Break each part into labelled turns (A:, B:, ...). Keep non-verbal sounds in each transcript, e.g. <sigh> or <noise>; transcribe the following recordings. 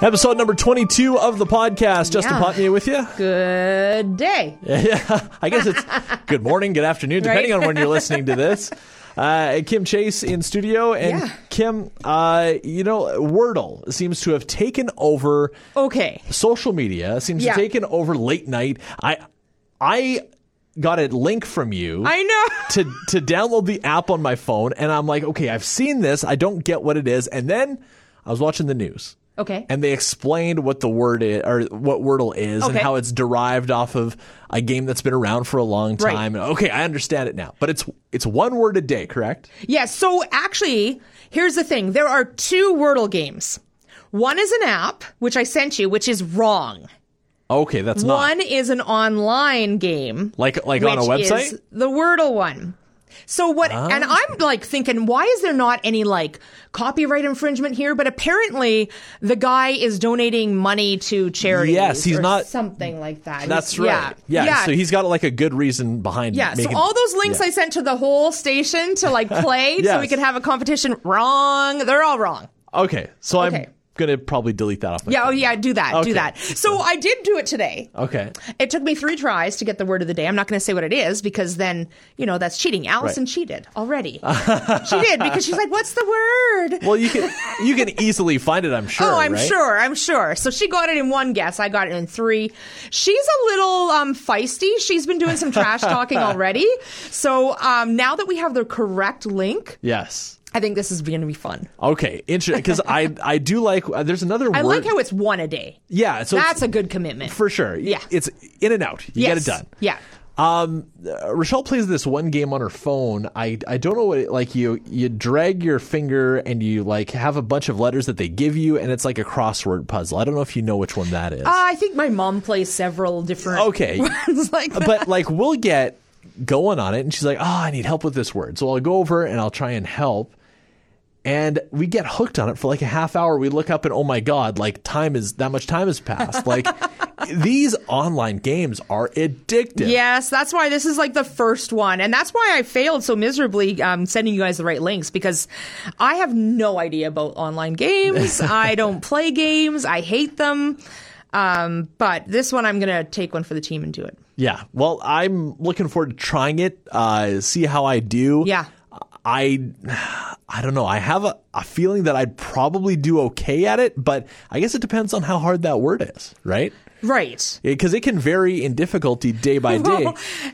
A: Episode number 22 of the podcast. Justin
B: Yeah.
A: Potney with you. <laughs>
B: Good day.
A: Yeah, I guess
B: <laughs>
A: it's good morning, good afternoon, depending
B: Right.
A: on when you're listening to
B: <laughs>
A: this. Uh, Kim Chase in studio. And
B: Yeah.
A: Kim, uh, you know, Wordle seems to have taken over
B: Okay.
A: social media, seems
B: Yeah.
A: to have taken over late night. I, I got a link from you.
B: I know.
A: to to download the app on my phone and I'm like, okay, I've seen this, I don't get what it is. And then I was watching the news
B: Okay.
A: and they explained what the word is or what Wordle is and
B: Okay.
A: how it's derived off of a game that's been around for a long
B: Right.
A: time. And, Okay, I understand it now. But it's it's one word a day, correct?
B: Yeah, so actually, here's the thing. There are two Wordle games. One is an app, which I sent you, which is wrong.
A: Okay, that's
B: One
A: not
B: is an online game.
A: like like on a
B: which
A: website. Ah.
B: Is the Wordle one. So what? And I'm like thinking, why is there not any like copyright infringement here? But apparently, the guy is donating money to charities.
A: Yes, he's
B: or
A: not-
B: something like that.
A: that's
B: He's-
A: right. Yeah. So he's got like a good reason behind
B: yeah,
A: making
B: so all those links I sent to the whole station to like play so we
A: Yes.
B: could have a competition. Wrong. They're all wrong.
A: Okay. So
B: Okay.
A: I'm gonna probably delete that off my
B: Yeah, oh
A: phone.
B: yeah, do that.
A: Okay.
B: Do that. So I did do it today.
A: Okay.
B: It took me three tries to get the word of the day. I'm not going to say what it is because then, you know, that's cheating. Allison
A: Right.
B: cheated already. she did because she's like, what's the word?
A: Well you can you can easily find it, I'm sure.
B: <laughs> oh, I'm
A: right?
B: sure. I'm sure. So she got it in one guess. I got it in three. She's a little um, feisty. She's been doing some trash talking already. So um, now that we have the correct link,
A: Yes.
B: I think this is going to be fun.
A: Okay, interesting. Because I I do like. Uh, there's another
B: I
A: word.
B: like how it's one a day.
A: yeah. So
B: That's
A: it's,
B: a good commitment.
A: for sure.
B: Yeah.
A: It's in and out. You
B: yes.
A: get it done.
B: Yeah.
A: Um, uh, Rochelle plays this one game on her phone. I I don't know what it, like you you drag your finger and you like have a bunch of letters that they give you and it's like a crossword puzzle. I don't know if you know which one that is.
B: Uh, I think my mom plays several different
A: Okay.
B: <laughs>
A: Uh,
B: ones like that.
A: but like we'll get going on it and she's like oh i need help with this word so i'll go over and i'll try and help and we get hooked on it for like a half hour we look up and oh my god like time is that much time has passed like these online games are addictive
B: Yes, that's why this is like the first one. And that's why I failed so miserably um, sending you guys the right links because I have no idea about online
A: <laughs>
B: games. I don't play games. I hate them. Um, but this one, I'm going to take one for the team and do it.
A: yeah well i'm looking forward to trying it uh see how i do
B: Yeah.
A: i i don't know i have a, a feeling that i'd probably do okay at it but i guess it depends on how hard that word is right
B: Right.
A: because it can vary in difficulty day by
B: <laughs>
A: day.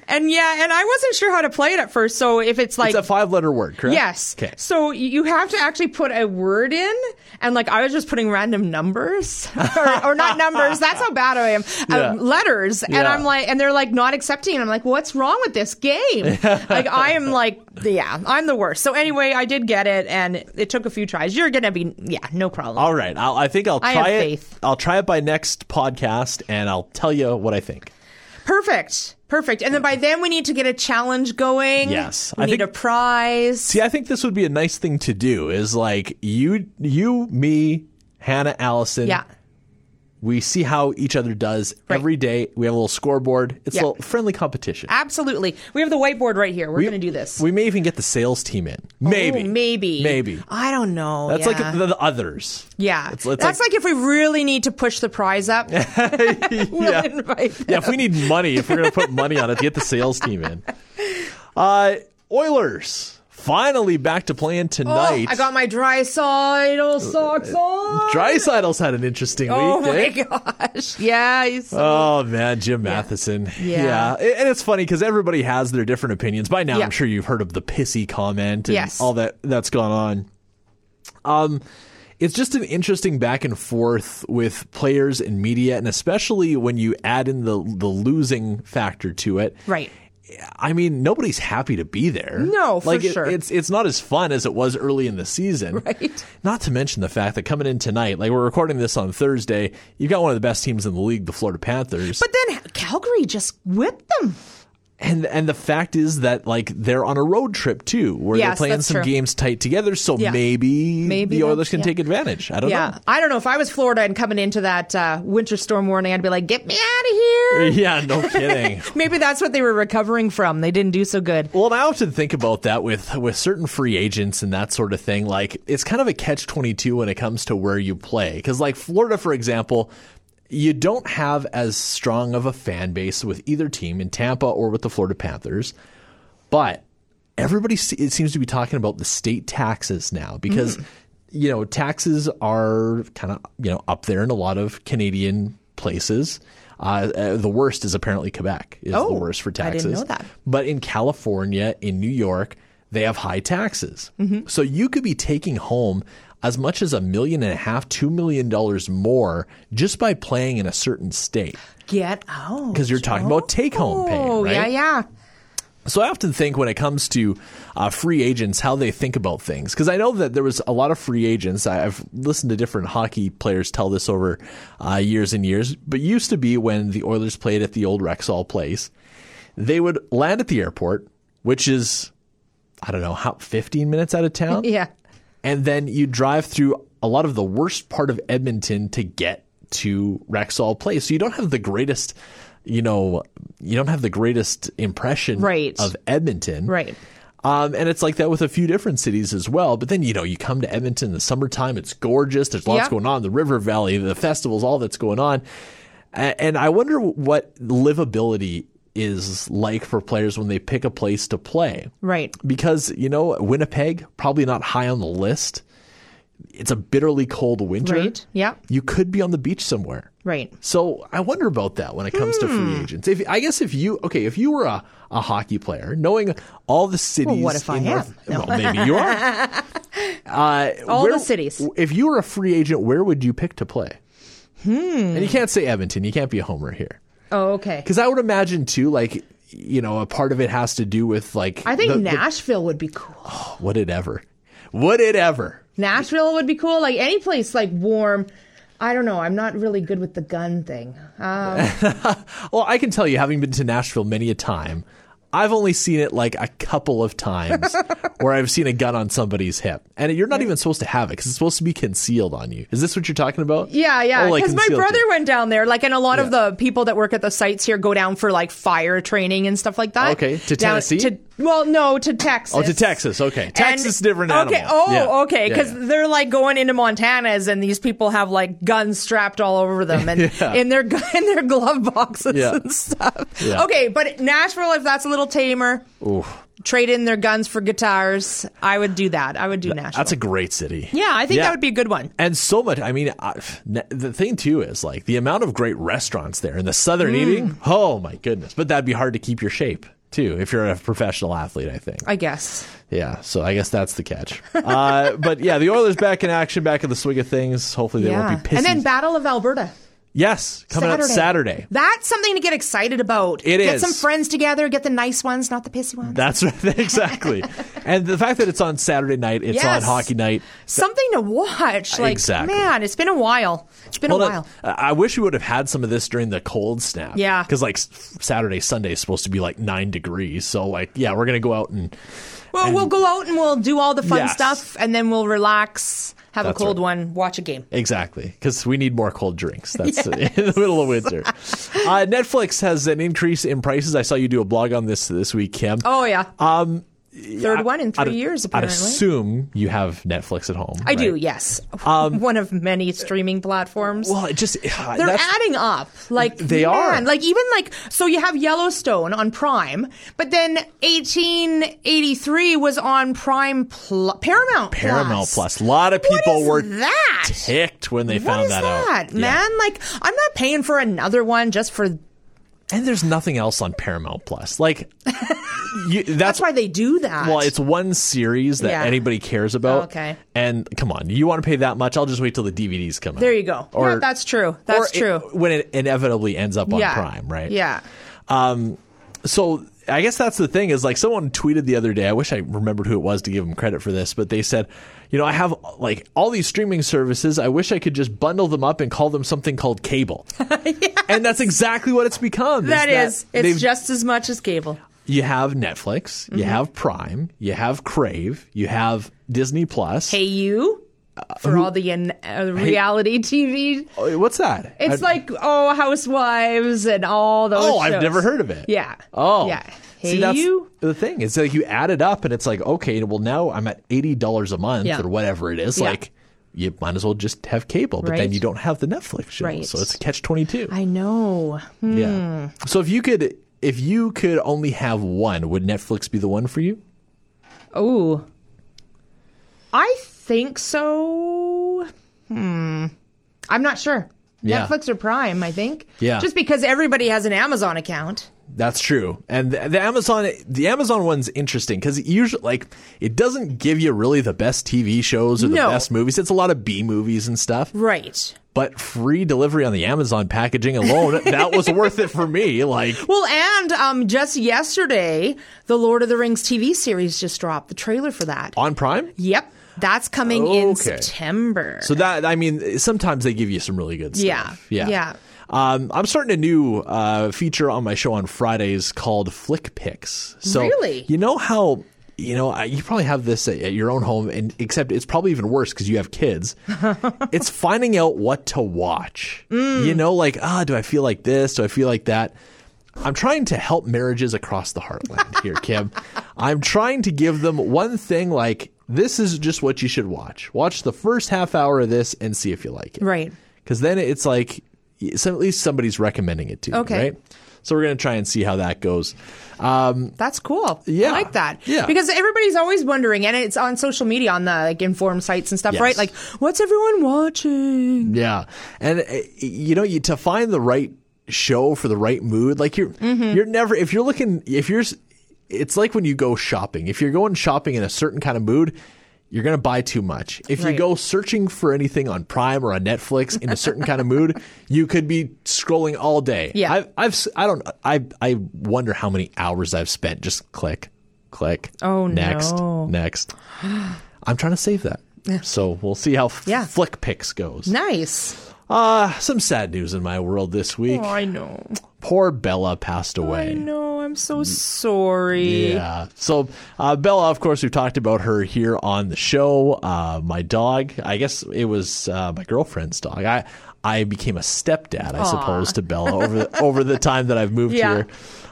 B: and yeah, and I wasn't sure how to play it at first. So if it's like
A: it's a five-letter word, correct?
B: Yes.
A: Okay.
B: So you have to actually put a word in, and like I was just putting random numbers <laughs> or, or not numbers. That's how bad I am.
A: Yeah.
B: Um, letters, and
A: Yeah.
B: I'm like, and they're like not accepting. And I'm like, what's wrong with this game?
A: <laughs>
B: like I am like, yeah, I'm the worst. So anyway, I did get it, and it took a few tries. You're gonna be, yeah, no problem.
A: All right. I'll, I think I'll try
B: I have
A: it.
B: faith.
A: I'll try it by next podcast, and I'll tell you what I think.
B: Perfect. Perfect. And then by then we need to get a challenge going.
A: Yes.
B: We
A: I
B: need
A: think-
B: a prize.
A: See, I think this would be a nice thing to do. Is like you, you, me, Hannah, Allison.
B: yeah.
A: We see how each other does
B: Right.
A: every day. We have a little scoreboard. It's
B: Yeah.
A: a little friendly competition.
B: Absolutely. We have the whiteboard right here. We're gonna do this.
A: We may even get the sales team in. Maybe.
B: Ooh, maybe.
A: Maybe.
B: I don't know.
A: That's
B: yeah.
A: like the, the others.
B: yeah.
A: It's- it's
B: That's
A: like-
B: like, if we really need to push the
A: <laughs>
B: prize up. <laughs> we'll
A: Yeah.
B: <laughs> invite them.
A: Yeah, if we need money, if we're going to put money on it to get the sales team
B: <laughs>
A: in. Uh, Oilers finally back to playing
B: Oh,
A: tonight.
B: I got my dry
A: Uh,
B: sidle socks on.
A: Drysidle's had an interesting
B: oh
A: week. eh?
B: my gosh. <laughs> Yeah. he's-
A: Oh man, Jim Matheson. <laughs>
B: Yeah.
A: A- and it's funny because everybody has their different opinions. By now,
B: Yeah.
A: I'm sure you've heard of the pissy comment and
B: Yes.
A: all that that's gone on. Um, it's just an interesting back and forth with players and media, and especially when you add in the the losing factor to it.
B: Right.
A: I mean, nobody's happy to be there.
B: No, for
A: like, it-
B: sure.
A: It's it's not as fun as it was early in the season.
B: <laughs> Right.
A: Not to mention the fact that coming in tonight, like we're recording this on Thursday, you've got one of the best teams in the league, the Florida Panthers.
B: But then Calgary just whipped them.
A: And and the fact is that like they're on a road trip too, where they're
B: Yes,
A: playing
B: that's
A: some
B: true.
A: games tight together. So
B: Yeah.
A: maybe,
B: Maybe
A: the Oilers
B: that's-
A: can
B: yeah.
A: take advantage. I don't
B: Yeah, I don't know. If I was Florida and coming into that uh, winter storm warning, I'd be like, "Get me out of
A: know. <laughs>
B: here!"
A: Yeah, no
B: <laughs>
A: kidding.
B: Maybe that's what they were recovering from. They didn't do so good.
A: Well, and I often think about that with with certain free agents and that sort of thing. Like it's kind of a catch twenty two when it comes to where you play, because like Florida, for example. You don't have as strong of a fan base with either team in Tampa or with the Florida Panthers, but everybody se- it seems to be talking about the state taxes now because
B: Hmm.
A: you know taxes are kind of you know up there in a lot of Canadian places. Uh, uh, the worst is apparently Quebec is
B: Oh,
A: the worst for
B: I
A: taxes.
B: didn't know that.
A: But in California, in New York, they have high taxes.
B: Mm-hmm.
A: So you could be taking home as much as a million and a half, two million dollars more just by playing in a certain state
B: Get out.
A: because you're talking about take home pay.
B: Oh,
A: right?
B: yeah, yeah.
A: So I often think when it comes to uh, free agents, how they think about things, because I know that there was a lot of free agents. I- I've listened to different hockey players tell this over uh, years and years, but used to be when the Oilers played at the old Rexall Place, they would land at the airport, which is I don't know how 15 minutes out of town,
B: Yeah.
A: and then you drive through a lot of the worst part of Edmonton to get to Rexall Place. So you don't have the greatest, you know, you don't have the greatest impression
B: Right.
A: of Edmonton.
B: Right.
A: Um, and it's like that with a few different cities as well. But then, you know, you come to Edmonton in the summertime, it's gorgeous. There's lots
B: Yeah.
A: going on, the river valley, the festivals, all that's going on. A- And I wonder what livability is like for players when they pick a place to play
B: Right.
A: because you know Winnipeg probably not high on the list. It's a bitterly cold winter.
B: Right. Yeah.
A: You could be on the beach somewhere.
B: Right. Hmm.
A: So I wonder about that when it comes to free agents. If I guess if you okay, if you were a, a hockey player, knowing all the cities.
B: what if
A: in
B: I
A: North, <laughs>
B: am?
A: Well, maybe you are.
B: <laughs>
A: Uh,
B: All
A: where-
B: the cities.
A: If you were a free agent, where would you pick to play?
B: Hmm.
A: And you can't say Edmonton. You can't be a homer here.
B: Oh, okay.
A: Because I would imagine too, like you know, a part of it has to do with like
B: I think
A: the- the
B: Nashville would be cool.
A: would it ever? Would it ever?
B: Nashville would be cool. Like any place like warm. I don't know. I'm not really good with the gun thing. Um,
A: Well, I can tell you, having been to Nashville many a time, I've only seen it like a couple of
B: <laughs>
A: times where I've seen a gun on somebody's hip. And you're not even supposed to have it because it's supposed to be concealed on you. Is this what you're talking about?
B: yeah, yeah.
A: Oh, like
B: Because my
A: concealed.
B: brother went down there. Like, and a lot of
A: Yeah.
B: the people that work at the sites here go down for like fire training and stuff like that.
A: Okay, to
B: Down
A: Tennessee?
B: To, well, no, to Texas.
A: Oh, to Texas. Okay. Texas is a different
B: okay.
A: animal.
B: Oh,
A: Yeah. Yeah,
B: okay. Because
A: yeah.
B: they're like going into Montana's, and these people have like guns strapped all over them, and
A: <laughs> Yeah.
B: in their gu- in their glove boxes
A: Yeah.
B: and stuff.
A: Yeah.
B: Okay, but Nashville, if that's a little tamer, trade in their guns for guitars. I would do that. I would do Nashville.
A: That's a great city.
B: yeah, I think
A: Yeah.
B: that would be a good one.
A: And so much. I mean, I, the thing too is like the amount of great restaurants there and the
B: Hmm.
A: southern eating. Oh my goodness! But that'd be hard to keep your shape too if you're a professional athlete. I think.
B: I guess.
A: Yeah, so I guess that's the catch. Uh,
B: <laughs>
A: but yeah, the Oilers back in action, back in the swing of things. Hopefully they
B: yeah.
A: won't be pissy.
B: and then Battle of Alberta.
A: yes, coming
B: Saturday.
A: up Saturday.
B: That's something to get excited about.
A: It
B: get
A: is.
B: some friends together, get the nice ones, not the pissy ones.
A: That's <laughs> right, exactly. and the fact that it's on Saturday night, it's on
B: Yes.
A: hockey night.
B: something to watch. Like,
A: Exactly.
B: man, it's been a while. It's been
A: Hold
B: a
A: on.
B: while.
A: I I wish we would have had some of this during the cold snap.
B: Yeah.
A: because like s- Saturday, Sunday is supposed to be like nine degrees. So like, yeah, we're gonna go out and
B: Well, we'll go out and we'll do all the fun
A: Yes.
B: stuff, and then we'll relax, have a
A: That's
B: cold
A: right.
B: one, watch a game.
A: Exactly, because we need more cold drinks.
B: <laughs>
A: That's <laughs> in the middle of winter. Uh, Netflix has an increase in prices. I saw you do a blog on this this week, Kim.
B: Oh yeah,
A: Um,
B: third one in 3
A: I'd-
B: years
A: I'd
B: apparently.
A: assume you have Netflix at home.
B: I do,
A: right? Um,
B: yes. <laughs> one of many streaming platforms.
A: Well, it just uh,
B: they're
A: that's-
B: adding up like
A: They are.
B: man, like even like so you have yellowstone on prime but then 1883 was on prime Pl- paramount
A: Paramount Plus. A lot of people
B: what is
A: were
B: that
A: ticked when they
B: what
A: found
B: is
A: that,
B: that,
A: out. Yeah.
B: man? Like, I'm not paying for another one just for.
A: And there's nothing else on Paramount Plus.
B: <laughs>
A: Like you, that's
B: That's why they do that.
A: Well, it's one series that
B: Yeah. Oh,
A: anybody cares about.
B: Okay.
A: And come on, you want to pay that much? I'll just wait till the DVDs come out.
B: there you go.
A: Or
B: yeah, that's true. That's
A: or it-
B: true.
A: when it inevitably ends up on
B: yeah.
A: Prime, right? Um,
B: Yeah.
A: So I guess that's the thing is like someone tweeted the other day. I wish I remembered who it was to give them credit for this, but they said, you know, I have like all these streaming services. I wish I could just bundle them up and call them something called
B: <laughs>
A: cable. And that's exactly what it's become.
B: That is.
A: they've-
B: it's just as much as cable.
A: you have Netflix, you
B: Mm-hmm.
A: have Prime, you have Crave, you have Disney Plus.
B: Hey, you for all the in, uh, reality TV.
A: Oh, What's that?
B: It's
A: I-
B: like oh, Housewives and all those.
A: Oh, I've
B: shows.
A: never heard of it.
B: Yeah.
A: Oh.
B: Yeah. Hey,
A: See, that's
B: you.
A: the thing. It's like you add it up and it's like, okay, well, now I'm at $80 a month
B: Yeah.
A: or whatever it is.
B: Yeah.
A: Like, you might as well just have cable, but
B: Right.
A: then you don't have the Netflix show.
B: Right.
A: So it's a catch 22.
B: I know. Hmm.
A: Yeah. So if you could, if you could only have one, would Netflix be the one for you?
B: Oh, I think so. Hmm. I'm not sure.
A: Yeah.
B: Netflix or Prime, I think.
A: Yeah.
B: Just because everybody has an Amazon account.
A: That's true. And the, the Amazon, the Amazon one's interesting because usually, like, it doesn't give you really the best TV shows or the
B: No.
A: best movies. It's a lot of B movies and stuff.
B: Right.
A: But free delivery on the Amazon packaging alone, <laughs> that was worth it for me. Like,
B: Well, and um, just yesterday, the Lord of the Rings TV series just dropped the trailer for that.
A: on Prime.
B: Yep. That's coming in
A: Okay.
B: September.
A: So that I mean, sometimes they give you some really good stuff. yeah.
B: Yeah. Yeah.
A: Um, I'm starting a new uh, feature on my show on Fridays called Flick Picks. So
B: Really?
A: you know how you know I- you probably have this at, at your own home, and except it's probably even worse because you have kids. it's finding out what to watch. You know, like ah, do I feel like this? Do I feel like that? I'm trying to help marriages across the heartland
B: <laughs>
A: here, Kim. I'm trying to give them one thing like this is just what you should watch. Watch the first half hour of this and see if you like it.
B: right.
A: Because then it's like, so at least somebody's recommending it to you,
B: Okay.
A: right? So we're gonna try and see how that goes.
B: That's cool.
A: Yeah.
B: I like that.
A: Yeah.
B: Because everybody's always wondering, and it's on social media, on the like informed sites and stuff,
A: Yes.
B: right? Like, what's everyone watching?
A: Yeah, and uh, you know, you, to find the right show for the right mood, like you're
B: Mm-hmm.
A: you're never if you're looking if you're s- it's like when you go shopping. If you're going shopping in a certain kind of mood. You're gonna buy too much. If
B: Right.
A: you go searching for anything on Prime or on Netflix in a certain kind of
B: <laughs>
A: mood, you could be scrolling all day.
B: Yeah.
A: I've, I've, s- I don't, I, I wonder how many hours I've spent just click, click.
B: Oh,
A: next,
B: no.
A: next. I'm trying to save that, so we'll see how f-
B: Yeah.
A: Flick Picks goes.
B: Nice.
A: Uh, some sad news in my world this week.
B: Oh, I know.
A: Poor Bella passed
B: I
A: away.
B: know. I'm so sorry.
A: Yeah. So, uh, Bella, of course, we've talked about her here on the show. Uh, my dog, I guess it was uh, my girlfriend's dog. I I became a stepdad, I suppose, to Bella over the, over the time that I've moved
B: <laughs> Yeah.
A: here.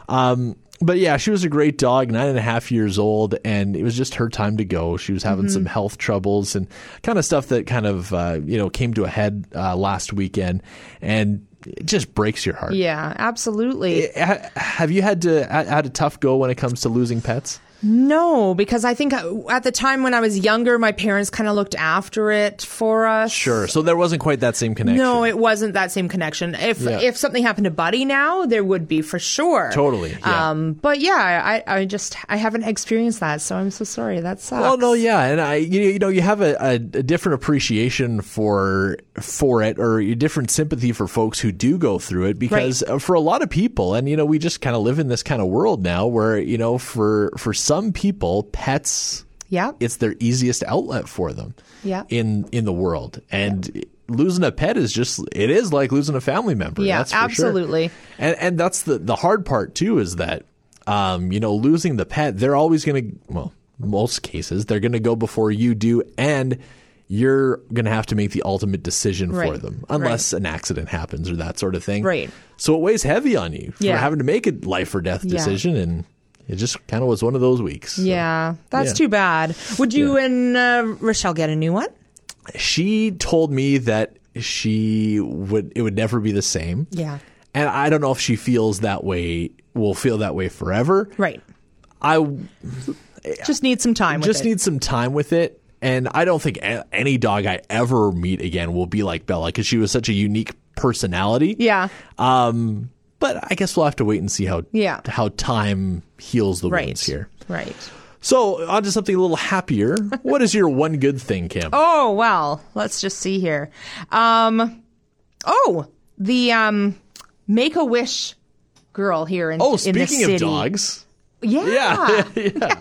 A: Um, but yeah, she was a great dog, nine and a half years old, and it was just her time to go. She was having
B: Mm-hmm.
A: some health troubles and kind of stuff that kind of uh, you know came to a head uh, last weekend, and it just breaks your heart.
B: Yeah, absolutely.
A: Ha- Have you had to ha- had a tough go when it comes to losing pets?
B: no, because I think uh, at the time when I was younger, my parents kind of looked after it for us.
A: Sure. So there wasn't quite that same connection.
B: No, it wasn't that same connection. If
A: Yeah.
B: if something happened to Buddy now, there would be for sure.
A: Totally, yeah.
B: Um, but yeah, I, I just I haven't experienced that, so I'm so sorry. That sucks.
A: Well, no, yeah, and I, you, you know, you have a, a, a different appreciation for for it, or a different sympathy for folks who do go through it, because uh for a lot of people, and you know, we just kind of live in this kind of world now, where you know, for for some people, pets,
B: Yeah.
A: it's their easiest outlet for them,
B: Yeah.
A: in in the world, and. Losing a pet is just it is like losing a family member.
B: Yeah,
A: that's for sure.
B: absolutely.
A: And and that's the the hard part too is that um you know losing the pet they're always going to well most cases they're going to go before you do and you're going to have to make the ultimate decision for
B: Right.
A: them unless an accident happens or that sort of thing.
B: Right.
A: So it weighs heavy on you for
B: Yeah.
A: having to make a life or death
B: Yeah.
A: decision and it just kind of was one of those weeks. So
B: yeah, that's
A: uh, Yeah.
B: too bad. Would you and uh, Rochelle get a new one?
A: She told me that she would it would never be the same.
B: Yeah.
A: And I don't know if she feels that way will feel that way forever.
B: Right.
A: I
B: Just need some time.
A: just
B: with it.
A: need some time with it and i don't think a- any dog i ever meet again will be like bella because she was such a unique personality
B: Yeah.
A: um but i guess we'll have to wait and see how
B: Yeah.
A: how time heals the
B: Right.
A: wounds here
B: Right.
A: so on to something a little
B: <laughs>
A: happier what is your one good thing kim
B: Oh well, let's just see here. Um, oh, the um, Make a Wish girl here in
A: oh
B: in
A: speaking
B: the city. Ah.
A: of dogs
B: yeah.
A: yeah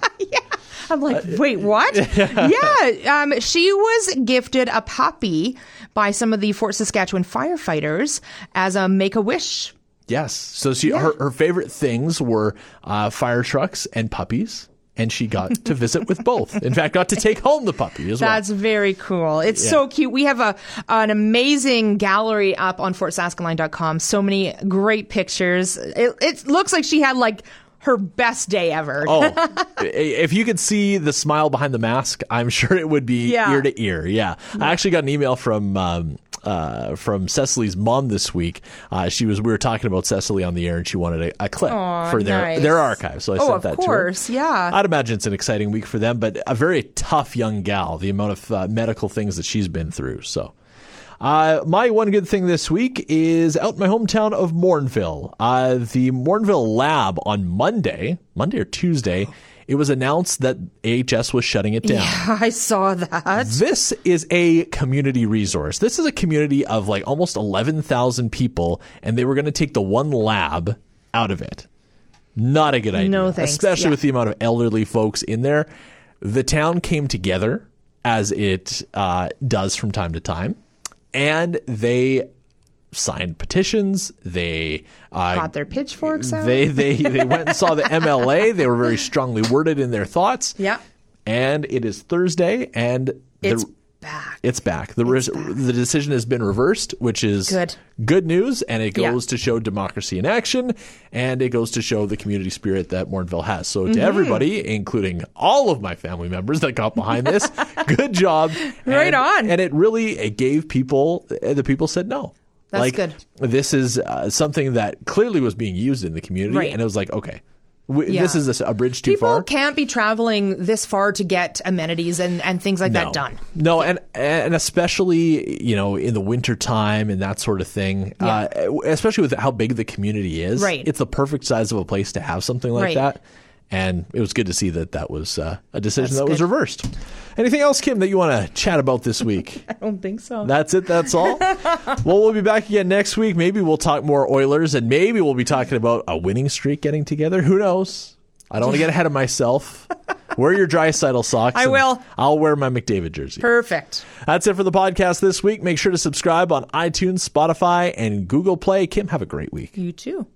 B: I'm like,
A: Uh, <laughs>
B: wait, what? yeah, um, she was gifted a puppy by some of the Fort Saskatchewan firefighters as a Make a Wish
A: Yes. So she her, her favorite things were uh, fire trucks and puppies, and she got to visit with both. In fact, got to take home the puppy as well.
B: That's very cool. It's so cute. We have a an amazing gallery up on fortsaskaline.com. So many great pictures. It, it looks like she had like her best day ever.
A: Oh, i- if you could see the smile behind the mask, I'm <laughs> sure it would be
B: Yeah.
A: ear to ear. Yeah. I actually got an email from. Um, uh, from Cecily's mom this week, uh, she was we were talking about Cecily on the air, and she wanted a, a clip
B: Aw,
A: for their
B: nice.
A: their archive. So I
B: Oh,
A: sent
B: of
A: that to her.
B: course, yeah.
A: I'd imagine it's an exciting week for them, but a very tough young gal, the amount of uh, medical things that she's been through. So. Uh, my one good thing this week is out in my hometown of Mornville. Uh, the Mornville lab on Monday, Monday or Tuesday, it was announced that AHS was shutting it down.
B: <laughs> I saw that.
A: This is a community resource. This is a community of like almost 11,000 people, and they were going to take the one lab out of it. Not a good idea.
B: No thanks,
A: Especially
B: yeah.
A: with the amount of elderly folks in there. The town came together, as it uh, does from time to time, and they signed petitions. They uh,
B: Got their pitchforks out.
A: they they they went and saw the MLA. They were very strongly worded in their thoughts.
B: Yeah.
A: And it is Thursday, and the-
B: it's back.
A: it's back. The res- the decision has been reversed, which is
B: Good.
A: good news, and it
B: Yeah.
A: goes to show democracy in action, and it goes to show the community spirit that Mornville has. So
B: Mm-hmm.
A: to everybody, including all of my family members that got behind
B: <laughs>
A: this, good job,
B: Right
A: And-
B: on.
A: And it really it gave people uh, the people said no.
B: That's
A: like,
B: good.
A: This is uh, something that clearly was being used in the community,
B: Right.
A: and it was like, okay, we,
B: Yeah.
A: this is a, s- a bridge too
B: People
A: far.
B: can't be traveling this far to get amenities and, and things like that done.
A: No, and and especially you know in the winter time and that sort of thing, uh, especially with how big the community is,
B: Right.
A: It's the perfect size of a place to have something like
B: Right.
A: that. And it was good to see that that was uh, a decision
B: That's
A: that was
B: good.
A: reversed. Anything else, Kim, that you want to chat about this week?
B: <laughs> I don't think so.
A: That's it. That's all. well, we'll be back again next week. Maybe we'll talk more Oilers, and maybe we'll be talking about a winning streak getting together. Who knows? I don't want to get ahead of
B: <laughs>
A: myself. Wear your dry socks.
B: I
A: and
B: will.
A: I'll wear my McDavid jersey.
B: Perfect.
A: That's it for the podcast this week. Make sure to subscribe on iTunes, Spotify, and Google Play. Kim, have a great week.
B: You too.